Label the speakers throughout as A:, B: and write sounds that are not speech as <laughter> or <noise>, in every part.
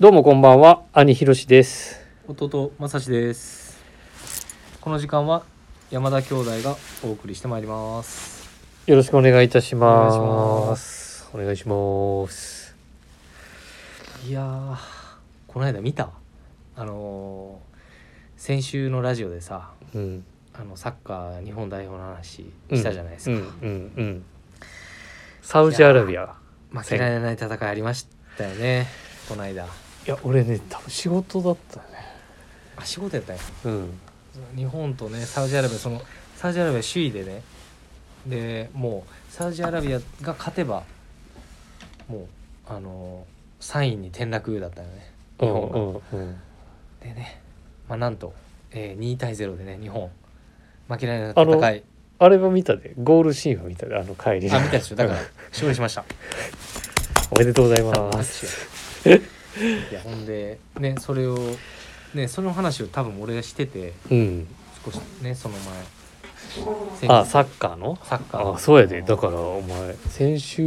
A: どうもこんばんは兄ひろしです
B: 弟まさしですこの時間は山田兄弟がお送りしてまいります
A: よろしくお願いいたします
B: お願いします
A: お願いします
B: いやーこの間見たあのー先週のラジオでさ
A: うん
B: あのサッカー日本代表の話したじゃないですか、
A: うんうんうんサウジアラビアいや
B: 負けられない戦いありましたよねこの間
A: 俺ね多分仕事だったね
B: あ仕事やったんや
A: うん
B: 日本とねサウジアラビアそのサウジアラビア首位でねでもうサウジアラビアが勝てばもうあの3位に転落だったよね日本が
A: うんうん
B: でね、まあ、なんと、えー2対0でね日本負けられない
A: あの
B: 戦い
A: あれは見たでゴールシーンは見たであの帰り
B: あ見たでしょだから
A: うん
B: 勝利し
A: <laughs>
B: ました
A: おめでとうございます
B: 拍手いやほんでねそれをねその話を多分俺がしてて
A: うん
B: 少しねその前先日
A: あサッカーの
B: サッカー
A: あそうやでだからお前先週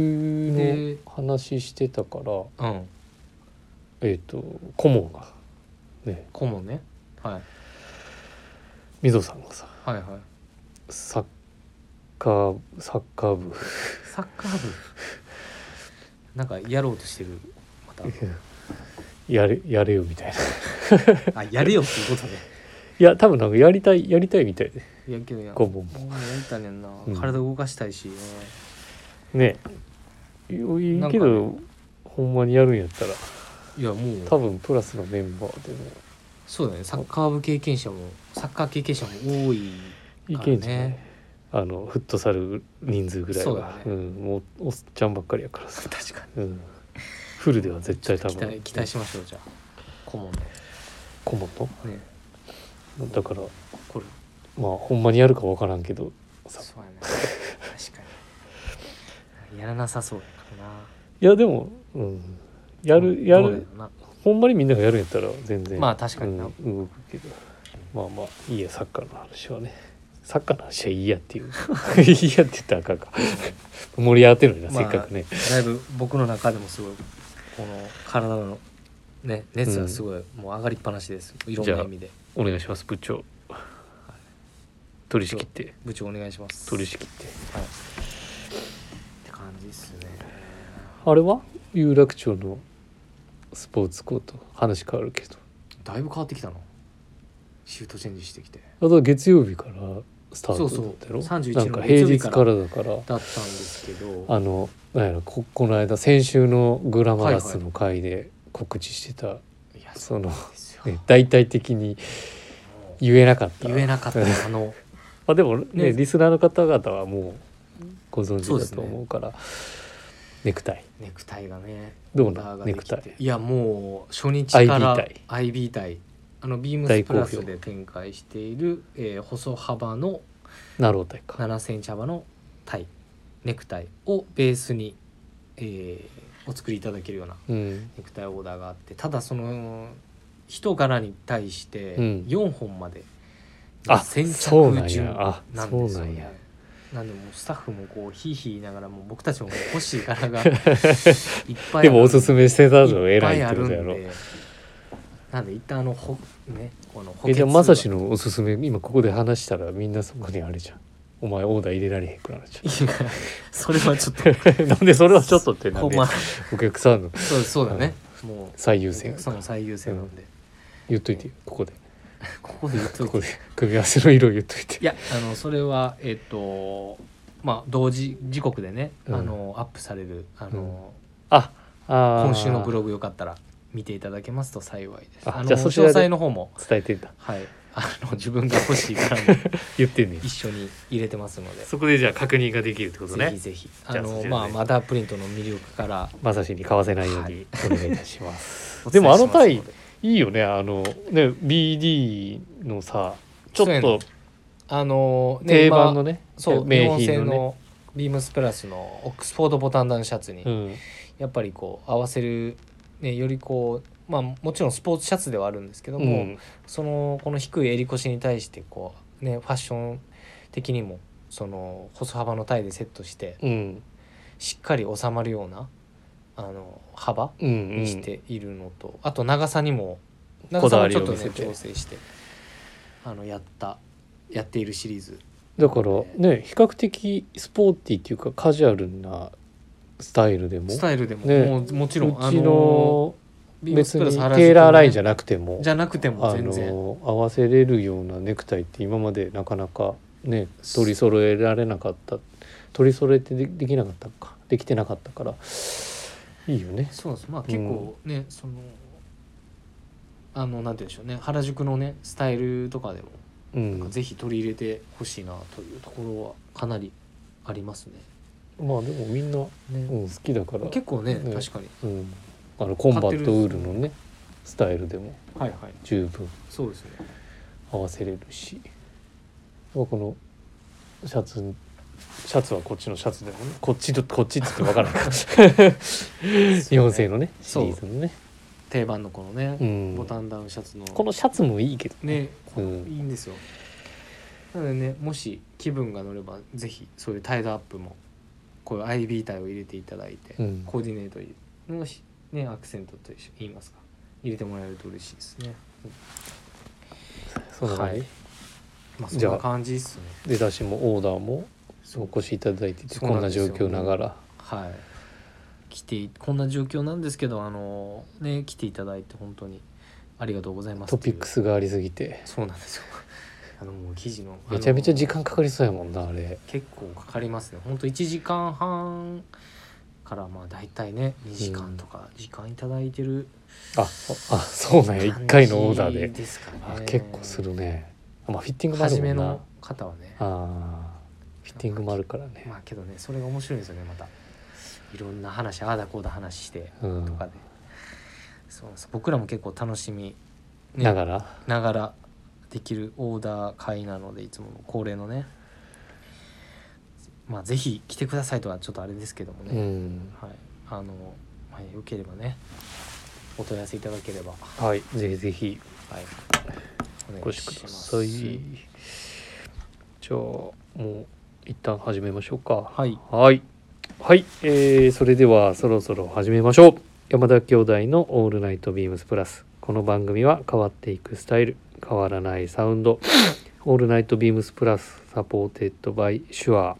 A: の
B: で
A: 話してたから
B: らうん
A: えっ、と顧問がね
B: 顧問ねはい
A: みぞさんがさ
B: はいはい
A: サッカーサッカー部 <laughs>
B: サッカー部なんかやろうとしてるまた
A: やれやれよみたいない
B: あやれよっていうことね
A: や多分なんかやりたいやりたいみたいで
B: <laughs> いやけどや
A: 顧問も
B: もうやりたいねんな、
A: うん
B: 体動かしたいしね
A: ねいい
B: なんか
A: けど、ほんまにやるんやったら
B: いやもう
A: 多分プラスのメンバーでも
B: そうだねサッカー部経験者もサッカー経験者も多い
A: い
B: から
A: けんじゃないあのフットサル人数ぐらい
B: そうだ
A: は
B: ね
A: ん、もうおっちゃんばっかりやからさ、
B: 確か
A: うん、フルでは絶対
B: に
A: 多
B: 期待
A: 分
B: 期待しましょうじゃあ顧問
A: 顧問
B: のね
A: のだから
B: これ
A: まあほんまにやるかわからんけどさ
B: そうやな確かにやらなさそうやからない
A: やでも、うん、や
B: ど
A: る
B: う
A: や
B: どう
A: る
B: だろうな
A: ほんまにみんながやるんやったら全然
B: まあ確かにな
A: うん動くけどまあまあいいやサッカーの話はねサッカーの話はいいやっていう <laughs> いいやって言ったらあかんか盛り上がってるのにな、
B: まあ
A: せっかくね
B: だいぶ僕の中でもすごいこの体のね熱がすごい、もう上がりっぱなしですいろん
A: じゃあ
B: な意味で
A: お願いします部長取り仕切って
B: 部長お願いします
A: 取り仕切って
B: はいって感じですね
A: あれは有楽町のスポーツコート話変わるけど
B: だいぶ変わってきたのシフトチェンジしてきて
A: あとは月曜日からスタートだったやろ
B: そうそう
A: なん
B: 31
A: か
B: の
A: 平
B: 月曜
A: 日
B: 日か
A: かららだから
B: だったんですけど
A: あのなんやろここの間先週の「グラマラス」の回で告知してた、
B: いや
A: その、
B: うですよ
A: ね、大々的に
B: もう
A: 言えなかった
B: 言えなかっ
A: ま
B: たあの
A: あでもね
B: ね
A: リスナーの方々はもうご存
B: そうで
A: 知
B: す
A: だ
B: ね
A: と思うからネクタイ
B: ネクタイがね
A: どう
B: オー
A: な
B: ダー
A: ん
B: が
A: ネ
B: で
A: ク
B: き
A: タ
B: て
A: イ
B: いやもう初日から
A: IB 対
B: IB 対あのビーム
A: 大
B: ス
A: 好
B: プ
A: 評
B: ラスで展開している、えー細幅の
A: ナロータイか
B: 7センチ幅のタイネクタイをベースに、えーお作りいただけるような
A: うん
B: ネクタイオーダーがあってただその一柄に対して
A: うん
B: 4本まで
A: あ
B: 先
A: そうなん
B: 着
A: や
B: 順
A: あ
B: なんです
A: そう
B: よ
A: なんや
B: ね。なんでもうスタッフもこうヒーヒー言いながらもう僕たちももう欲しい柄
A: <laughs>
B: がいっぱいある
A: でもおすすめしてたぞ
B: いっぱ
A: 偉い
B: い
A: っ
B: あ
A: て
B: る
A: こ
B: ん
A: と
B: で
A: やろ
B: なんで一旦あのほねこの補
A: え
B: 欠
A: じゃあまさしのおすすめ今ここで話したらみんなそこにあれじゃんお前オーダー入れられへんくなるじ
B: いやそれはちょっ
A: <laughs>
B: と
A: ゃんなんでそれはちょっとってなん
B: ほん
A: で
B: ま
A: お客さんの
B: そうそうだねもう
A: 最優先
B: その最優先なんで、
A: 言っといてよここで
B: ここで言っと
A: ここ
B: いて
A: で組み合わせの色言っといて
B: いやあのそれはえっ、とまあ同時時刻でね、
A: うん
B: あのアップされるあの、
A: ああー
B: 今週のブログよかったら見ていただけますと幸いです
A: あ
B: あの
A: じゃあそ
B: 詳
A: ちらで
B: 細の方も
A: 伝えてんだ
B: はいあの自分が欲しいからも
A: 言ってんねん
B: 一緒に入れてますので
A: そこでじゃあ確認ができるってこと
B: ぜひ
A: ね
B: ぜひあ
A: じゃあそちら
B: の
A: で
B: まあマダープリントの魅力から
A: まさしに買わせないよう
B: は
A: にお願いいたします、
B: お
A: でも
B: 伝えしま
A: あ
B: す
A: の
B: ので
A: 体 <laughs> いいよねあのね BD のさちょ
B: そう
A: っ
B: や
A: と
B: ねあのね
A: 定番のね
B: 今そう日
A: 名
B: 本製
A: 品のね
B: のビームスプラスのオックスフォードボタンダウンシャツに、
A: うん
B: やっぱりこう合わせる、ね、よりこうまあもちろんスポーツシャツではあるんですけど
A: う
B: も、
A: ん
B: そのこの低い襟腰に対してこうねファッション的にもその細幅のタイでセットして
A: うん
B: しっかり収まるようなああの幅
A: うんう
B: に
A: ん
B: しているのと、あと長さにも長
A: こだ
B: さ
A: わ
B: を
A: り
B: ち
A: を
B: ょっと、ね、
A: 見せて
B: 調整してあのやったやっているシリーズ
A: だからね比較的スポーティーっていうかカジュアルなスタイルでも
B: スタイルでも,、
A: ね
B: もうもちろん
A: うちの
B: ビームス
A: 別
B: プラ
A: に
B: ス
A: テ
B: 原宿の
A: ーラーラインじゃ
B: ね
A: なくても
B: じゃなくても
A: あ
B: 全然
A: の合わせれるようなネクタイって今までなかなかね取り揃えられなかった取り揃えてでできなかったかできてなかったからいいよね
B: そうなんですまあ結構ね、そのあのなんて言うんでしょうね原宿のねスタイルとかでも
A: う
B: なんか
A: ん
B: ぜひ取り入れてほしいなというところはかなりありますね。
A: まあでもみんな、う
B: ね
A: ん、好きだから、
B: 結構ね
A: ね
B: 確かに
A: うん、あのコンバットウールのねスタイルでも
B: はいはい
A: 十分
B: そうですね
A: 合わせれるしまあこのシャツシャツはこっちのシャツでもねこっちとこっちっつって分からん <laughs>
B: <laughs>
A: か日本製のねシ
B: そう
A: リーズのね、
B: 定番のこのね、
A: うん、
B: ボタンダウンシャツの
A: このシャツもいいけど
B: ね、こ
A: う
B: れいい
A: ん
B: んですよなのでねもし気分が乗ればぜひそういうタイドアップもこういう IB 体を入れていただいて、
A: うん
B: コーディネートのし、ね、アクセントと一緒言いますか入れてもらえると嬉しいですね、
A: その
B: は
A: はい
B: まあ、そん
A: じゃあ
B: な感じですね
A: 出だしもオーダーもお越しいただいてて
B: そう
A: こ
B: なん
A: んな
B: です
A: 状
B: よ
A: 況ながら
B: はい来ていこんな状況なんですけどあのね来ていただいて本当にありがとうございます
A: トピック
B: ス
A: スがありすぎて
B: そうなんですよあのもう記事の
A: めちゃめちゃ時
B: あの
A: 間かかりそうやもんなあれ
B: 結構かかりますねほんと1時間半からまあ大体ね2時間とか時間いただいてる
A: ああそうなんや1回のオーダー
B: 感
A: で
B: じですかね
A: あ結構するねあまあフィッティングもある
B: 初
A: も
B: め
A: んな
B: の方はね
A: あーフィッティングもあるからね
B: まあけどねそれが面白いんですよねまたいろんな話ああだこうだ話して
A: うん
B: とかで、そうなんです僕らも結構楽しみ、ね
A: ながら
B: ながらできるオーダー会なのでいつもの恒例のねまあぜひ来てくださいとはちょっとあれですけどもね、
A: うん
B: はい、あの、まあ、よければね、お問い合わせいただければ、は
A: はいぜひぜひ
B: い、
A: お
B: お願い
A: 越しく
B: し
A: だ
B: ます。
A: さいじゃあもう一旦始めましょうか
B: はい、
A: はい。はい、えーそれではそろそろ始めましょう。山田兄弟のオールナイトビームスプラス。この番組は変わっていくスタイル、変わらないサウンド。オールナイトビームスプラスサポーテッドバイシュアー。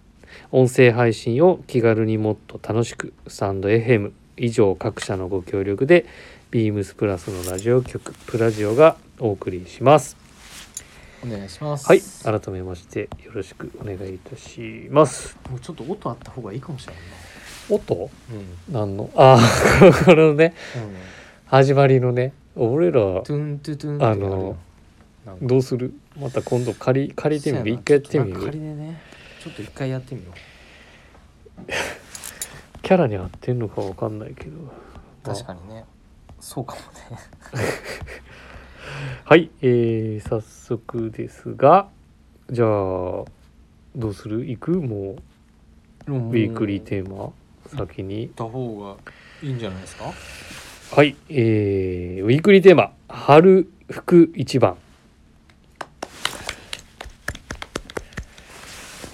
A: 音声配信を気軽にもっと楽しく、スタンド FM 以上各社のご協力で、ビームスプラスのラジオ局、プラジオがお送りします。
B: お願いします。
A: はい、改めましてよろしくお願いいたします。
B: もうちょっと音あった方がいいかもしれない
A: 音
B: な。
A: なんの <laughs> ああこのね
B: うん、うん、
A: 始まりのね俺ら
B: トゥントゥトゥン。
A: あの、
B: なんか
A: どうするまた今度借り借りてみる一回やってみ
B: そうやな
A: る
B: 仮でね、ちょっと一回やってみよう。
A: キャラに合ってんのかわかんないけど
B: 確かにね、そうかもね。
A: まあはいえー、早速ですがじゃあどうする行くも <laughs>
B: ウ
A: うウィークリーテーマ先に
B: た方がいいんじゃないですか。
A: はいえー、ウィークリーテーマ「春服一番」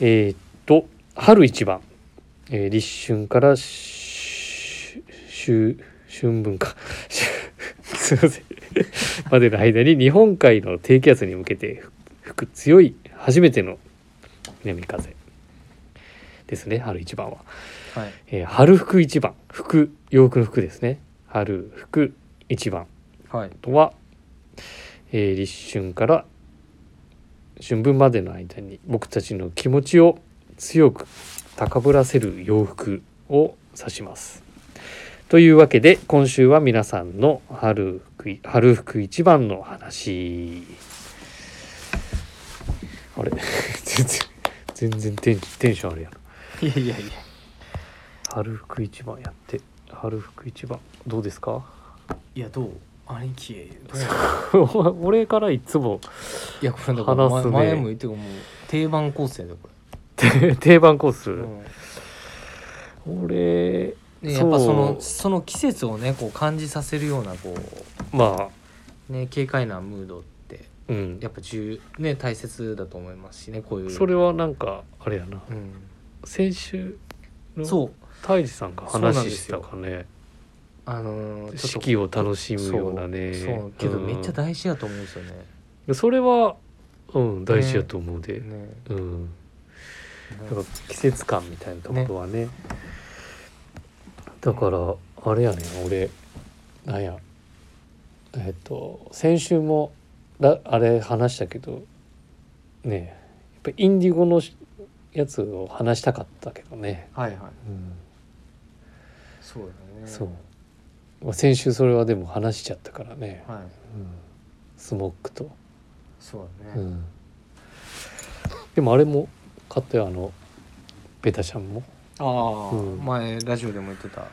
A: えー、っと春一番、えー立春からし秋春分か <laughs> すいませんまでの間に日本海の低気圧に向けて吹く強い初めての南風ですね春一番は。
B: はい。
A: えー春服一番服洋服の服ですね春服一番
B: はい。
A: とは、えー立春から春分までの間に僕たちの気持ちを強く高ぶらせる洋服を指します。というわけで今週は皆さんの春服い春服一番の話あれ <laughs> 全然全然テンテンションあるやん
B: いやいやいや。
A: 春服一番やって春服一番どうですか <laughs>
B: いや、どう。兄貴。どう
A: 俺からいつも
B: いやこれだから
A: 話
B: 前
A: すね
B: 前も言ってもう定番構成だよこ
A: て <laughs> 定番コース、
B: れ、
A: 俺
B: でやっぱその
A: そ
B: その季節をねこう感じさせるようなこ
A: うまあ
B: うね軽快なムードって
A: うん
B: やっぱ重ね大切だと思いますしねこういう
A: それはなんかあれやな
B: うん
A: 先週の
B: そう
A: 泰治さんが
B: そうなん
A: 話
B: で
A: し
B: す
A: てた
B: よ
A: かね
B: あのーちょっと
A: 四季を楽しむようなね
B: そうそうけど
A: うん
B: めっちゃ大事だと思うんですよね,、
A: それはうん大事やと思うで、
B: ね
A: うんなんか季節感みたいなところはねだからあれやねん俺なんやえっと先週もだあれ話したけどねやっぱインディゴのしやつを話したかったけどね、
B: はいはい
A: うん
B: そうだね
A: そう、まあ、先週それはでも話しちゃったからね、
B: はい
A: うんスモックと、
B: そうだね、
A: うん、でもあれも買ったよあのベタちゃんも
B: ああ、
A: うん
B: 前ラジオでも言ってた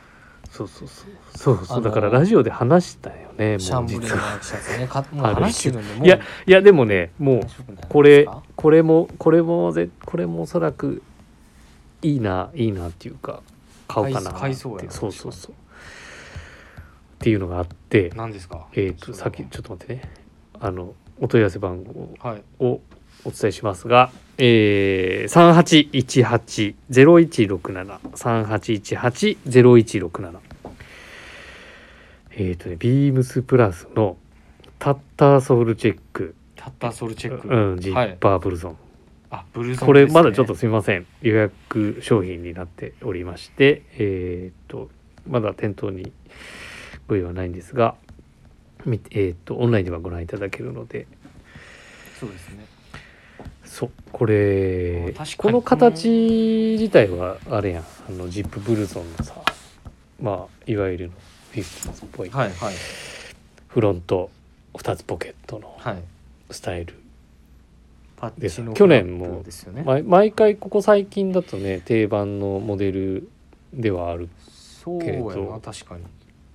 A: そうそうそうそうそ
B: あ
A: う
B: の
A: だからラジオで話したよね
B: シ
A: も
B: ャン
A: う
B: ブレーの
A: 実は
B: シャツねかもう
A: ある
B: 話してるんでもう
A: いやいやでもねもう
B: 面白くないですか
A: これこれもこれもぜこれもおそらくいいないいなっていうか買おうかなって
B: 買いそうやな
A: そうそうそうっていうのがあって
B: 何ですか
A: えっ、とさっきちょっと待ってねあのお問い合わせ番号
B: はい
A: をお伝えしますが、えー、3818-0167-3818-0167えっ、ー、とね、ビームスプラスのタッターソウルチェック、
B: タッターソウルチェック、
A: うん、ジ
B: はい
A: ッパーブルゾン、
B: あブルーゾーンです、ね、
A: これまだちょっとすみません予約商品になっておりましてえっ、とまだ店頭にご用はないんですがみえっ、とオンラインではご覧いただけるので
B: そうですね
A: そうこれ
B: あ確か
A: こ
B: に
A: の形自体はあれやんあのジップブルゾンのさまあいわゆるのフィフティーズっぽい
B: はいはい
A: フロント2つポケットの
B: はい
A: スタイル、
B: パッチの
A: 去年も
B: フラップですよね、
A: 毎毎回ここ最近だとね定番のモデルではある
B: そう
A: けれ
B: や
A: ど
B: な確かに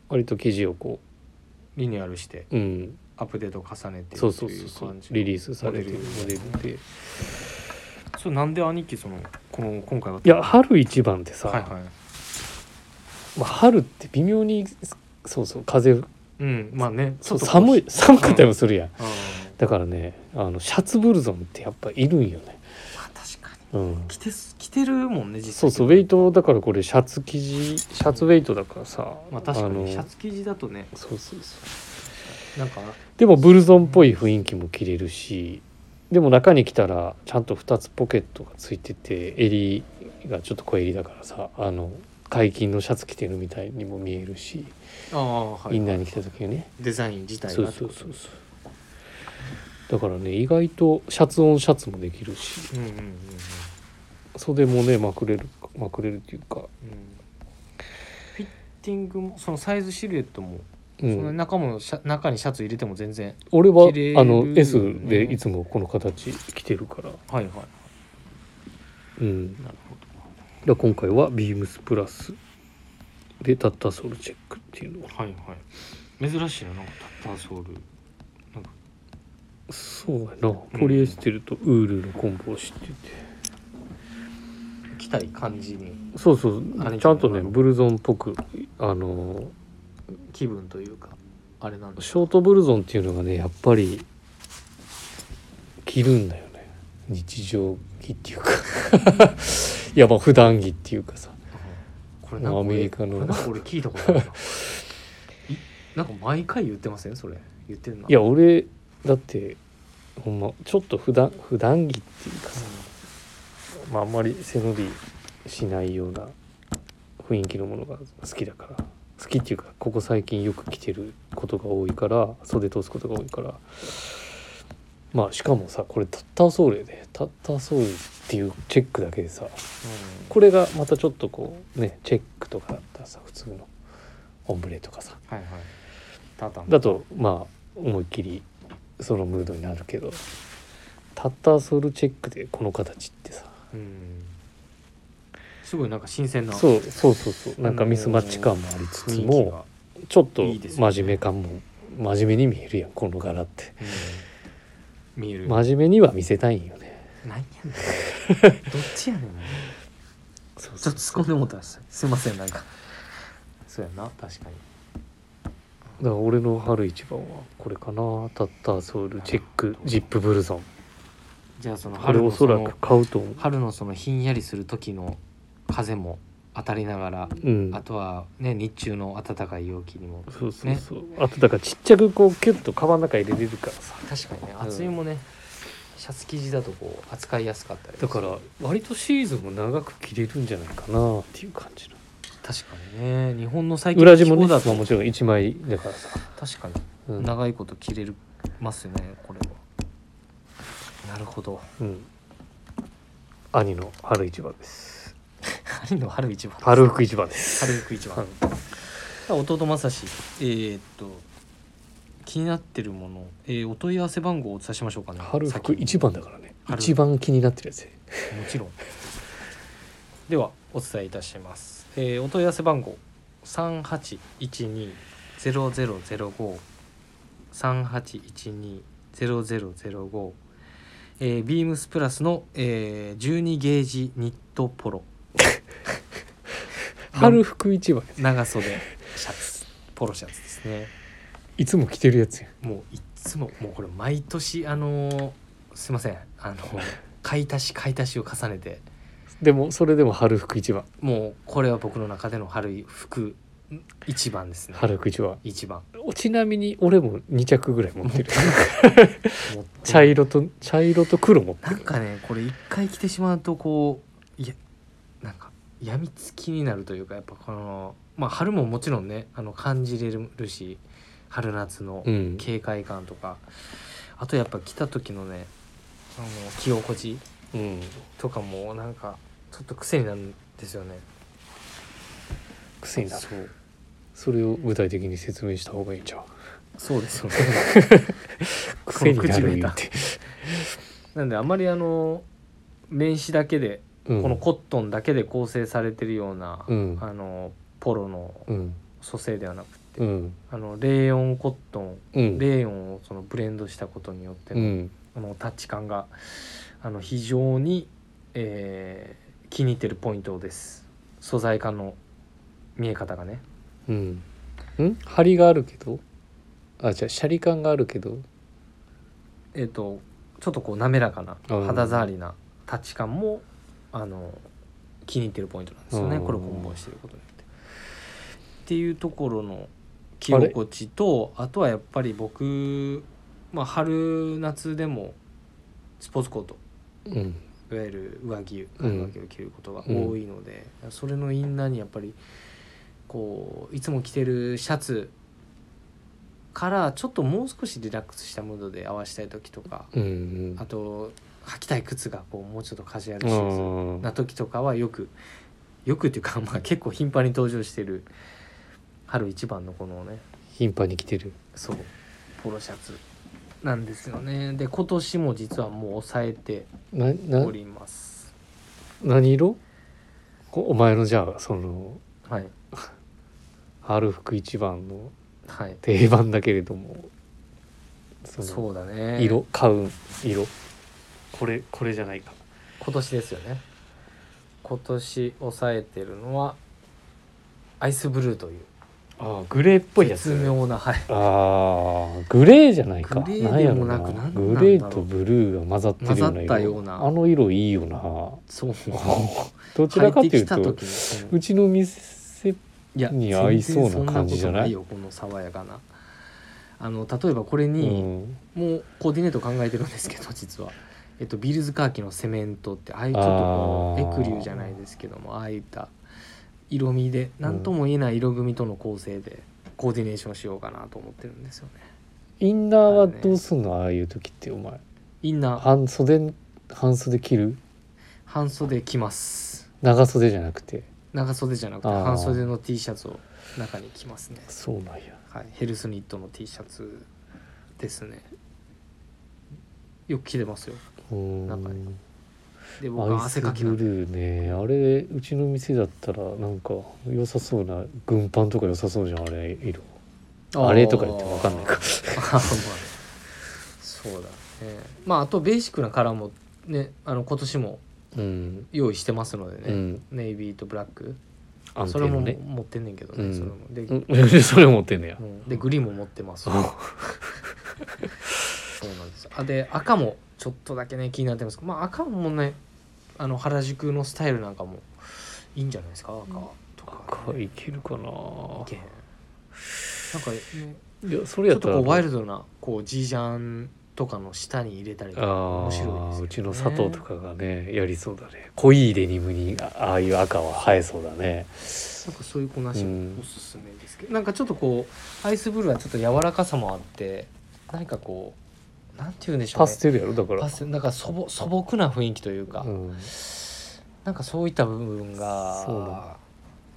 A: 割と生地をこ
B: リニューアルして
A: ううん
B: アップデートを重ねて
A: そうそうそうそうリリースされてるモデルで
B: それなんで兄貴そのこの今回はい
A: や春一番ってさ、
B: はいはい
A: まあ、春って微妙にそうそう風
B: うんまあね
A: そう
B: ちょっと
A: 寒い寒かったりもするやん
B: うん
A: だからねあのシャツブルゾンってやっぱいるんよね、
B: まあ確かに
A: うん、
B: 着てす着てるもんね実際
A: そうそうウェイトだからこれシャツ生地シャツウェイトだからさ
B: まあ確か
A: の
B: にシャツ生地だとね
A: そうそうそう
B: なんか
A: でもブルゾンっぽい雰囲気も着れるしでも中に来たらちゃんと2つポケットがついてて襟がちょっと小襟だからさあの解禁のシャツ着てるみたいにも見えるし、
B: ああは
A: イン
B: い
A: ナーに来た時にね
B: デザイン自体が
A: そうそうそうそうだからね意外とシャツオンシャツもできるし
B: うんうんうんうんうん
A: 袖もねまくれるまくれるっていうか、
B: フィッティングもそのサイズシルエットも、
A: う
B: その
A: ん、
B: 中もシャ中にシャツ入れても全然
A: 俺は
B: 着れる
A: あの
B: よね
A: S でいつもこの形着てるから、
B: はいはい
A: うん、だか
B: なるほ
A: ら今回はビームスプラスでタッターソールチェックっていうのは
B: どはいはい珍しいななんかタッターソール
A: そうやなポリエステルとウールのコンボを知ってて、
B: 着たい感じに
A: そうそう
B: あれ
A: ちゃんとね
B: あの
A: ブルゾンっぽくあの
B: 気分というかあれなんで
A: ショートブルゾンっていうのがねやっぱり着るんだよね日常着っていうか <laughs> いやまあ普段着っていうかさ
B: これなんか
A: ア
B: 俺
A: メリカの
B: これなんか俺聞いたことあるないなんか毎回言ってませんそれ言ってんない
A: や俺だってほんまちょっと普段普段着っていうかさ、まあ、あんまり背伸びしないような雰囲気のものが好きだから好きっていうかここ最近よく着てることが多いから袖通すことが多いからまあしかもさこれタッターソールやでタッターソールっていうチェックだけでさ
B: うん
A: これがまたちょっとこうねチェックとかだったらさ普通のオンブレとかさ
B: はいはいタタン
A: だとまあ思いっきりそのムードになるけどタッターソールチェックでこの形ってさ
B: うんすごいなんか新鮮な雰囲
A: そうそうそうそうなんかミスマッチ感もありつつ
B: 気
A: も
B: が
A: ちょっと
B: いいですよね
A: 真面目感も真面目に見えるやんこの柄って
B: うん見える
A: 真面目には見せたいんよね
B: 何やねんどっちやねんお前
A: そう
B: ち
A: そ
B: ょ
A: う
B: っと突っ込んでもうたらすすいませんなんかそうやな確かに
A: だから俺の春一番はこれかなタッターソールチェックジップブルゾン
B: じゃあその
A: これ
B: 春
A: お
B: の
A: そ
B: そ
A: ら
B: の
A: く買うと思う
B: 春のそのひんやりする時の風も当たりながら
A: うん
B: あとはね日中の暖かい陽気にも
A: そうそうそう、あとだからちっちゃくこうキュッとカバンの中に入れれるからさ
B: 確かにね
A: うん
B: 厚いもね、シャツ生地だとこう扱いやすかったり
A: だから割とシーズンも長く着れるんじゃないかなっていう感じの
B: 確かにね日本の最近
A: 裏地もね
B: 気候
A: まあ
B: だと
A: もちろん1枚だからさ、
B: 確か
A: う
B: に
A: ん
B: 長いこと着れるますねこれはなるほど <laughs>
A: うん、兄の春一番です
B: 春の春一番
A: 春服一番です
B: 春服一番
A: う
B: 弟まさしえー、っと気になってるもの、えーお問い合わせ番号をお伝えしましょうかね
A: 春
B: 先
A: 服
B: に
A: 一番だからね
B: 春
A: 一番気になってるやつね
B: もちろん。ではお伝えいたします。えーお問い合わせ番号三八一二ゼロゼロゼロ五三八一二ゼロゼロゼロ五えービームスプラスのえー十二、ゲージニットポロ
A: 春服一番
B: 長袖シャツポロシャツですね。
A: いつも着てるやつや
B: もういっつももうこれ毎年あのーすいませんあのー買い足し買い足しを重ねて
A: でもそれでも春服一番
B: もうこれは僕の中での春い服一番ですね。
A: 春服一番
B: 一番
A: ちなみに俺も2着ぐらい持ってる
B: 持ってる
A: 茶色と茶色と黒持って
B: なんかねこれ一回着てしまうとこういやなんかやみつきになるというかやっぱこのまあ春ももちろんねあの感じれるし春夏の
A: うん
B: 警戒感とか、あとやっぱ着た時のねあの着心地
A: うん
B: とかもなんかちょっと癖になるんですよね
A: 癖になる
B: そう
A: それを具体的に説明した方がいいんちゃう
B: そうですよね <laughs>
A: 癖にな
B: 口
A: る
B: 下
A: 言う
B: 手
A: て
B: なんであまりあの名刺だけで
A: うん
B: このコットンだけで構成されてるような、
A: うん
B: あのポロの
A: うん
B: 蘇生ではなくて、
A: うん
B: あのレーヨンコットン、
A: うん
B: レーヨンをそのブレンドしたことによって
A: う
B: の,、
A: ん
B: あのタッチ感があの非常に、えー気に入ってるポイントです素材感の見え方がね
A: うんん張りがあるけどあじゃあシャリ感があるけど
B: えっ、とちょっとこう滑らかな
A: うん
B: 肌触りなタッチ感もあの気に入ってるポイントなんですよね
A: うん
B: これをコンボしてることによって。っていうところの着心地とあとはやっぱり僕、まあ、春夏でもスポーツコート
A: うん
B: いわゆる上着
A: うん
B: 上着を着ることが多いので、それのインナーにやっぱりこういつも着てるシャツからちょっともう少しリラックスしたムードで合わせたい時とか
A: うんうん
B: あと履きたい靴がこうもうちょっとカジュアル
A: う
B: シューズ
A: ん
B: な時とかはよくよくっていうかまあ結構頻繁に登場してる春一番のこのね
A: 頻繁に着てる
B: そうポロシャツなんですよねで今年も実はもう抑えて
A: なな
B: おります
A: 何色こお前のじゃあその
B: はい
A: 春服一番の
B: はい
A: 定番だけれどもその
B: そうだね
A: 色買う色これこれじゃないか
B: 今年ですよね今年抑えてるのはアイスブルーという
A: ああグレーっぽいや
B: 絶
A: つ
B: 妙なはい
A: あーグレーじゃないか
B: グレーでもなく
A: んやろ
B: なんなんだろう
A: グレーとブルーが混ざってるような
B: 混ざ
A: 色
B: ったような
A: あの色いいよな
B: そう
A: どち
B: 入
A: ら
B: っ
A: かと
B: て
A: い
B: き
A: うと
B: た時にうん
A: うちの店
B: いや
A: に合いそうな感じじゃない
B: 全然そんなことないよこの爽やかなあの例えばこれ
A: う
B: に、
A: ん、
B: もうコーディネート考えてるんですけど実は、えっと、ビルズカーキのセメントってああいうちょっとこ
A: あ
B: う
A: ー
B: エクリューじゃないですけどもああいった色味で何とも言えない色組との構成でコーディネーションしようかなと思ってるんですよね
A: インナーはどうすんのああいう時ってお前
B: インナー
A: 半袖半袖着る
B: 半袖着ます
A: 長袖じゃなくて
B: 長袖じゃなくて
A: あー
B: 半袖の T シャツを中に着ますね
A: そうなんや
B: はい、ヘルスニットの T シャツですねよく着てますよ
A: うー
B: なんかね
A: ん
B: で僕は
A: アイス
B: 汗
A: ブ
B: かきなんで
A: ルーねあれうちの店だったらなんか良さそうな軍パンとか良さそうじゃんあれ色
B: ー
A: あれとか言っても分かんないか
B: あーまあそうだねまああとベーシックなカラーもねあの今年も
A: うん、
B: 用意してますのでね、
A: うん
B: ネイビーとブラック、
A: 安
B: そ
A: 定
B: れも
A: のね
B: 持ってんねんけどね、
A: うん
B: それもで,、
A: うん <laughs> それ持ってんのや
B: うんでグリーンも持ってます
A: う
B: そうなんですあで赤もちょっとだけね気になってますまあ赤もねあの原宿のスタイルなんかもいいんじゃないですか赤とか、
A: 赤
B: ね、
A: いけるかな
B: 意見なんか、ね、
A: いやそれ
B: ちょ
A: や
B: っ
A: った
B: と
A: ら
B: こうワイルドなこうジージャンとかの下に入れたりとか
A: あ
B: 面白いですよ
A: あ、
B: ね
A: うちの佐藤とかがねやりそうだね濃いデニムにあああいう赤は映えそうだね
B: なんかそういうこなし
A: うん
B: もおすすめですけど、なんかちょっとこうアイスブルーはちょっと柔らかさもあって何かこうなんて言うんでしょうね
A: パステルやろだから
B: パステルなんか素朴素朴な雰囲気というか、
A: うん、
B: なんかそういった部分が
A: そうだ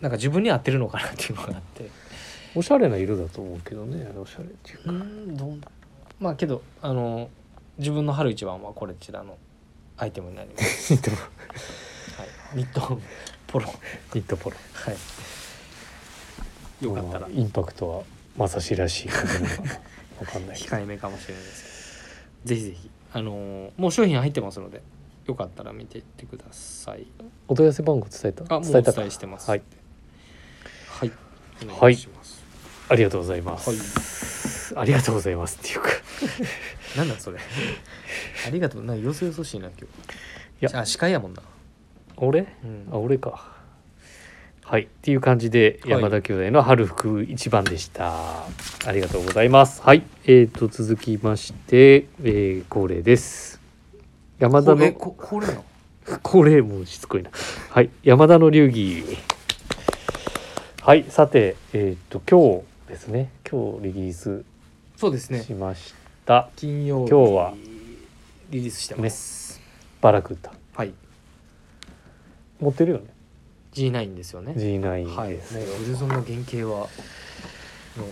B: なんか自分に合ってるのかなっていうのがあって
A: おしゃれな色だと思うけどねおしゃれっていうか、
B: んどうだまあけどあの自分の春一番はこれちらのアイテムになります、
A: ニット
B: はい、ニットポロ
A: ニットポロ
B: はいよかったら
A: インパクトはまさしら
B: <laughs>
A: しい感じなのかなわかんないけど
B: 控えめかもしれないですけどぜひぜひあのーもう商品入ってますのでよかったら見ていってください
A: お問い合わせ番号伝えた
B: あもうお
A: 伝えたか
B: 伝えしてます
A: はい、
B: はいお
A: は
B: 願
A: い
B: いします
A: ありがとうございます、
B: はい
A: ありがとうございますっていうか
B: なんだ
A: <laughs>
B: それありがとうなんかよそよそしいな今
A: いや
B: 日あ司会やもんな
A: 俺
B: うん
A: あ俺かはいっていう感じで
B: はい
A: 山田兄弟の春服一番でした、ありがとうございますはいえー、と続きまして、えー恒例です山田
B: これ
A: の
B: ここれの
A: 恒例もうしつこいなはい山田の流儀はいさてえっ、と今日ですね今日リリース
B: そうですね
A: しました
B: 金曜日
A: 今日は
B: リリースし
A: 「
B: て
A: メ
B: ま
A: ッ
B: す
A: スバラクータ
B: はい」
A: 持ってるよね
B: G9 ですよね
A: G9
B: はいね
A: ですね、
B: ブルゾンの原型はの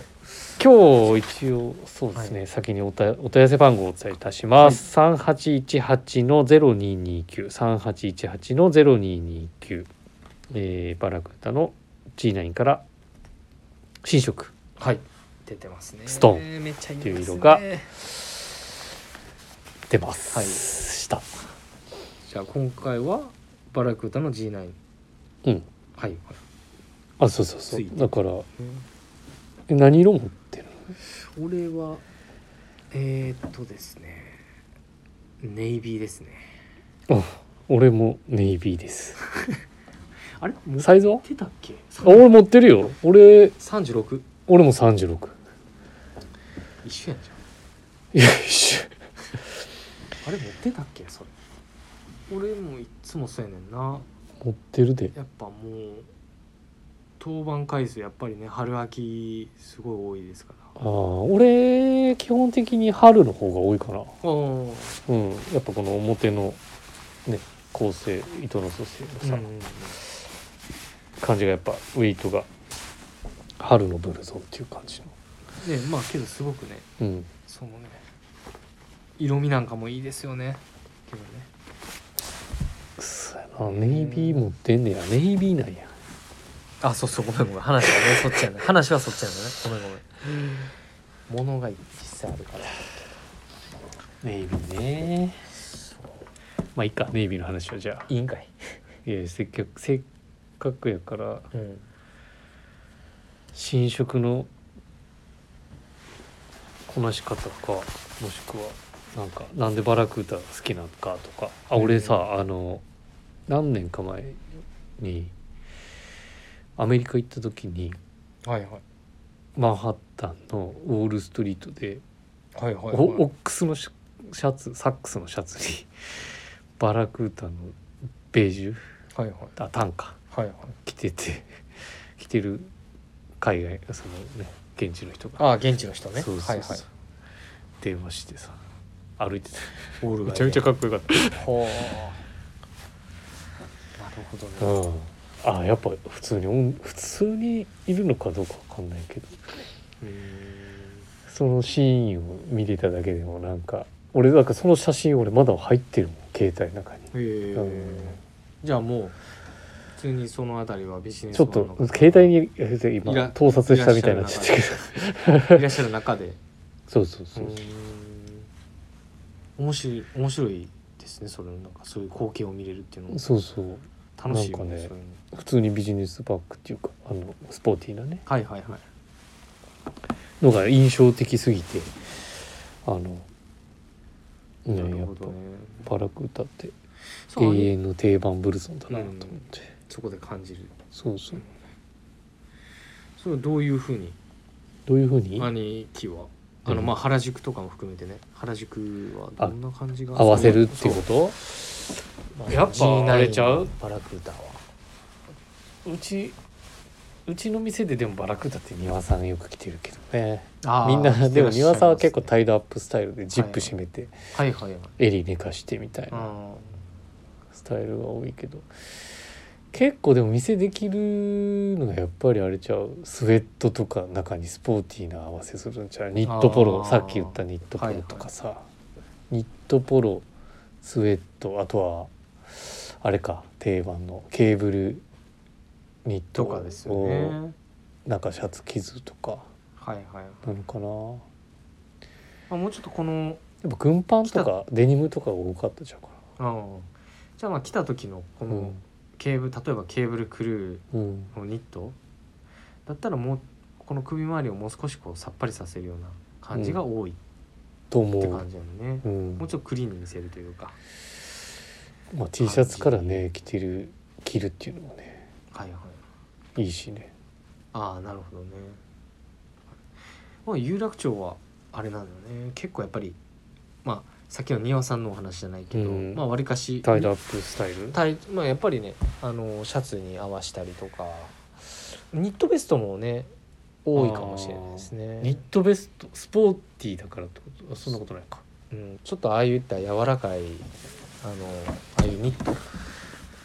A: 今日一応そうですね、
B: はい
A: 先におたお問い合わせ番号をお伝えいたします、三八3818の0229三八一八の0229、えー、バラクータの G9 から新色
B: はい出てますね
A: スト
B: ーンめっちゃいい
A: っていう
B: です
A: 色
B: ね
A: が出ます、
B: はい
A: した
B: じゃあ今回はバラクータの G9
A: うん
B: はい、はい
A: あそうそうそ
B: ついうて
A: だからえ何色持ってる
B: 俺はえー、っとですねネイビーですね
A: のあ俺もネイビーです
B: あれ持っ
A: サイズは
B: てたっけ
A: あ俺持ってるよ俺
B: 36
A: 俺も36
B: 一緒やんじゃん
A: いや一緒
B: あれ持ってたっけそれ俺もいっつもそうやねんな
A: 持ってるで
B: やっぱもう登板回数やっぱりね春秋すごい多いですからあ
A: ああ俺基本的に春の方が多いかな
B: あ
A: うんやっぱこの表のね構成糸の組成のさ、感じがやっぱウェイトが春のブルゾンっていう感じ
B: ねまあけどすごくね
A: のうん
B: そのね色味なんかもいいですよねけどね
A: くそやなネイビー持ってんねやネイビーなんや
B: あそうそうごめんごめん話はねそっちやね話はそっちやねごめんごめん物が実際あるから
A: ネイビーねまあいいかネイビーの話はじゃあ
B: いいんかい
A: いやせっかくせっかくやから
B: うん
A: 新色のこなし方かもしくはなんかなんでバラクータが好きなのかとかあ俺さあの何年か前にアメリカ行った時に
B: はいはい
A: マンハッタンのウォールストリートで
B: はいはい
A: お
B: はい
A: オックスのシャシャツサックスのシャツに <laughs> バラクータのベージュ
B: はいはい
A: あタンか
B: はいはい
A: 着てて着てる海外そのね現地の人が
B: ああ現地の人ね
A: そうそうそう、
B: はいはい
A: 電話してさ歩いてた
B: ボールが
A: めちゃめちゃかっこよかった、
B: ほうなるほどね、
A: うん、あやっぱ普通にうん普通にいるのかどうかわかんないけど
B: うーん
A: そのシーンを見れただけでもなんか俺なんかその写真俺まだ入ってるもん携帯の中に、
B: へえ、
A: うん
B: じゃあもう普通にそのあたりはビジネス
A: ちょっと携帯に今
B: いら
A: 盗撮したみたいになっちゃったけど <laughs>
B: 帯にいらっしゃる中で
A: そうそうそうう、
B: ーん面白い面白いですねそれなんかそういう光景を見れるっていうのも
A: そうそう
B: 楽しいよね
A: なんかね
B: そういうの
A: 普通にビジネスバッグっていうかあのスポーティーなね
B: はいはいはい
A: のが印象的すぎてあのね
B: なる
A: やっ
B: ほど
A: ぱ
B: ね
A: バラクータって
B: そうあ
A: 永
B: れ
A: 遠の定番ブルゾンだなと思って、
B: そこで感じる
A: そうそう
B: それはどういうふうに
A: どういうふうに
B: 兄貴はあの
A: うん
B: まあ原宿とかも含めてね原宿はどんな感じが
A: 合わせるっていう
B: と
A: こやっぱあれちゃう
B: バラクータは
A: とうちうちの店ででもバラクータって庭さんよく来てるけどね
B: あー
A: みんなでも
B: いら
A: 庭
B: っしゃ
A: さん
B: い
A: は
B: ますね
A: 結構タイドアップスタイルでジップ閉めて
B: はいはいはい
A: 襟寝かしてみたいな
B: あ
A: スタイルが多いけど結構でも店できるのがやっぱりあれちゃうスウェットとか中にスポーティーな合わせするんちゃうニットポロ
B: あー
A: さっき言ったニットポロとかさ、ニットポロスウェットあとはあれか定番のケーブルニット
B: とかですよね
A: なんかシャツ傷とか
B: はいはい
A: なのかな
B: あもうちょっとこの
A: やっぱ軍パンとかデニムとかが多かったじゃんか
B: あじゃあまあ来た時のこ
A: な
B: のケーブル、例えばケーブルクル
A: うん、うん、
B: ーのニットだったらもうこの首周りをもう少しこうさっぱりさせるような感じが多いっ
A: と思
B: て
A: う
B: 感じなのね、
A: うん
B: もうちょっとクリーンに見せるというか
A: まあ、T シャツからね着てる着るっていうのもね
B: はいはい
A: いいしね
B: ああなるほどね、まあ、有楽町はあれなんだよね結構やっぱりまあさっきの丹羽さんのお話じゃないけど、
A: うん
B: まあわりかし
A: タイドアップスタイル
B: タイまあ、やっぱりねあのシャツに合わしたりとかニットベストもね多いかもしれないです
A: ニッ
B: ね、
A: トベストスポーティーだからってことあそんなことないか
B: うん、ちょっとああいった柔らかいあのああいうニット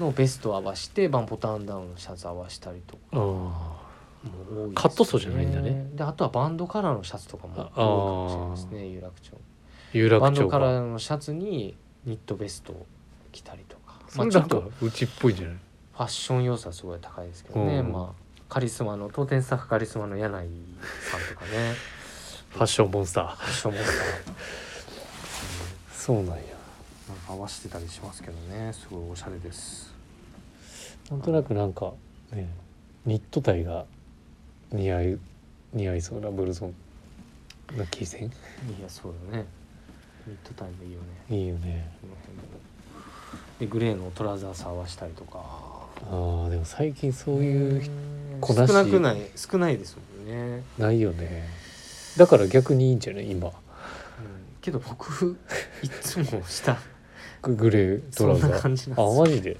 B: のベストを合わしてバンボタンダウンのシャツ合わしたりとか
A: あ
B: も多いですね
A: カットソーじゃないんだね
B: であとはバンドカラーのシャツとかも多い
A: あ
B: かもしれないですね有楽町
A: あ有楽
B: バンド
A: 町
B: カ
A: か
B: ラーのシャツにニットベストを着たりとか
A: それ
B: ちょ
A: な
B: っ
A: ん
B: と
A: かうちっぽいんじゃない
B: ファッション要素はすごい高いですけどね、
A: うん
B: まあカリスマの当店スタッフカリスマの柳井さんとか
A: <laughs>
B: ね
A: ファッションモンスター
B: ファッションモンスター
A: そうなんや
B: なんか合わせてたりしますけどねすごいおしゃれです
A: なんとなくなんかねニットタイが似合い似合いそうなブルゾンな気せん
B: いやそうだねミッドタイムいいよね
A: いいよね
B: この辺もでグレーのトラウザース合わせたりとか
A: ああでも最近そういう人
B: うん
A: こなし
B: 少なくない少ないですもんね、
A: ないよねだから逆にいいんじゃない今
B: うんけど <laughs> 僕いつもした
A: ググレード
B: そ
A: ラウ
B: ん
A: ザ
B: な
A: ー
B: 感じなんですよ
A: あマジで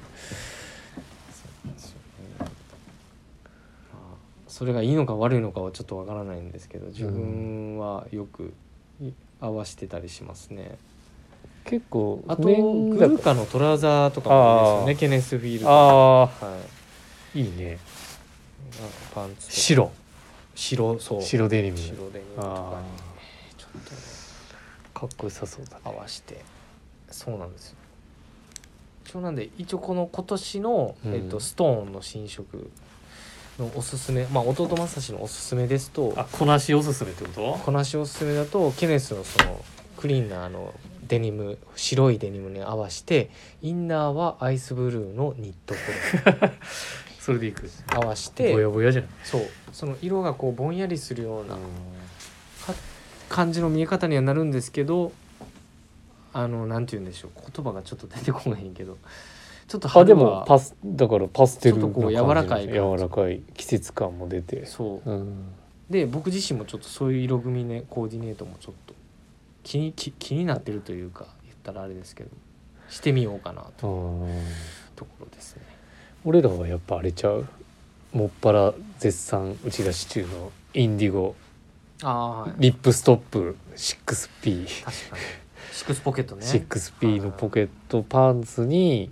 B: まあそれがいいのか悪いのかはちょっとわからないんですけど自分はよくい合わせてたりしますね、
A: 結構
B: あとグル
A: 面だ
B: ーカのトラウザーとかもいいですよね
A: あー
B: ケネスフィールドは
A: あ
B: い、なんか
A: あいいね
B: パンツと
A: 白
B: か白そう白
A: 白デニム
B: デニムとか
A: あ
B: にちょっとね
A: あかっこよさそうだ
B: 合わせてそうなんですよ一応なんで一応この今年の、
A: うん
B: えっとストーンの新色のおすすめまあ弟正志のおすすめですと
A: こなしおすすめってこ
B: こなしおすすめだとケネスのそのクリーンなあのデニム白いデニムに合わせてインナーはアイスブルーのニットコ
A: それでいく
B: ロ合わせ
A: ぼ <laughs>
B: て
A: やぼやじゃん
B: そうその色がこうぼんやりするような感じの見え方にはなるんですけどあのなんて言うんでしょう言葉がちょっと出てこないんけどちょっと
A: あ
B: 春
A: で
B: は
A: もパスだからパステルな感じ
B: ちょっとこう柔らかい感じ
A: 柔らかい季節感も出て
B: そう
A: うん
B: で僕自身もちょっとそういう色組みねコーディネートもちょっと気に気気になってるというか言ったらあれですけどしてみようかなと
A: あー
B: ところですね
A: 俺らはやっぱあれちゃうもっぱら絶賛打ち出し中のインディゴ
B: ああはい
A: リップストップ 6P
B: 確かにシックスポケットね
A: 6P のポケットパンツに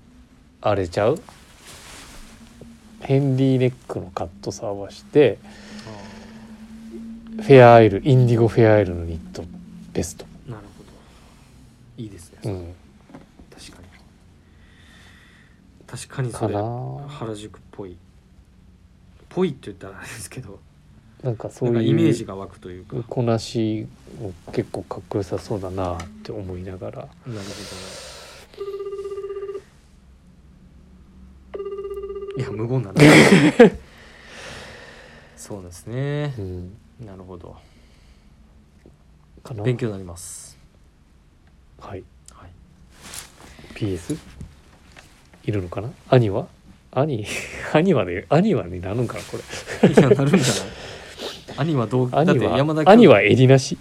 A: あれちゃうヘンリーネックのカットさ合わして
B: あ
A: フェアアイルインディゴフェアアイルのニットベスト、
B: ーなるほどいいですね、
A: うん、
B: 確かに確かにそ
A: か
B: れ
A: な
B: 原宿っぽいぽいって言ったらあれですけど
A: なんかそ
B: なん
A: う
B: かイメ
A: い
B: ージ
A: う
B: が湧くというか、
A: こなしも結構かっこよさそうだなって思いながら
B: なるほどいや無
A: <laughs>
B: 言だねそうですね
A: うん
B: なるほど
A: かな
B: 勉強になります
A: はい
B: はい
A: PS いるのかな兄は <laughs> 兄兄はね兄はねなるんかなこれ
B: いや
A: <laughs>
B: なるんじゃない兄はどうだっ
A: 兄
B: て山
A: は
B: 田
A: 兄
B: 君
A: は襟なし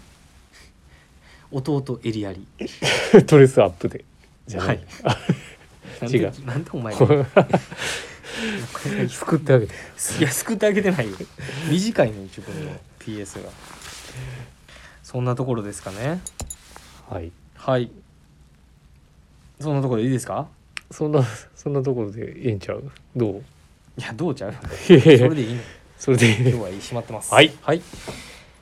B: 弟エリアリ
A: <laughs> ドレスアップでじゃない、
B: な
A: <laughs>
B: ん
A: 違
B: で
A: う
B: なんでお前が
A: こ <laughs> れ救ってあげて
B: いや救ってあげてないよ短いね自分の PS がそんなところですかね
A: はい
B: はいそんなところでいいですか
A: そんなそんなところでええんちゃうどう
B: いやどうち <laughs> ゃうそ
A: いやいや
B: れでいいの
A: <laughs> それで
B: 今日は閉まってます
A: はい、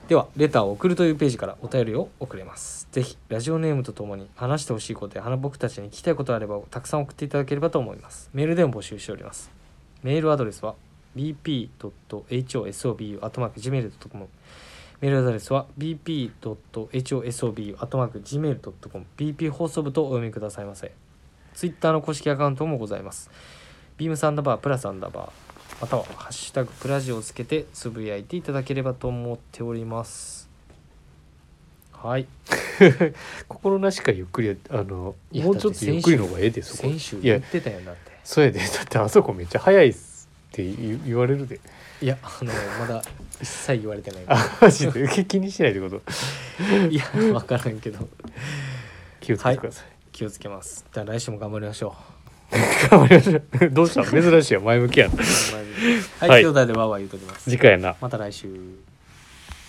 B: ではレターを送るというページからお便りを送れますぜひラジオネームとともに話してほしいことや花僕たちに聞きたいことがあればたくさん送っていただければと思いますメールでも募集しておりますメールアドレスは bp.hosobu.gmail.com メールアドレスは bp.hosobu.gmail.com bp 放送部とお読みくださいませツイッターの公式アカウントもございますビームサンダーバープラスアンダーバーまたは「ハッシュタグプラジ」をつけてつぶやいていただければと思っておりますはい
A: 心なしかゆっくりやあの
B: いや
A: もうちょっとゆっくりの方がええでそこ
B: 先週
A: いや
B: 言ってたよだって
A: そうやでだ <laughs> ってあそこめっちゃ早いっすって言言われ <laughs> るで
B: いやあのまだ一切言われてない
A: あマジで気にしないってこと
B: いや分からんけど
A: 気をつけてください、
B: 気をつけますじゃあ来週も頑張りましょ
A: 頑張りましょう <laughs> どうした珍しいやん前向きやん
B: うはい、
A: はい
B: 兄弟でワーワー言うときます
A: 次回やな
B: また来週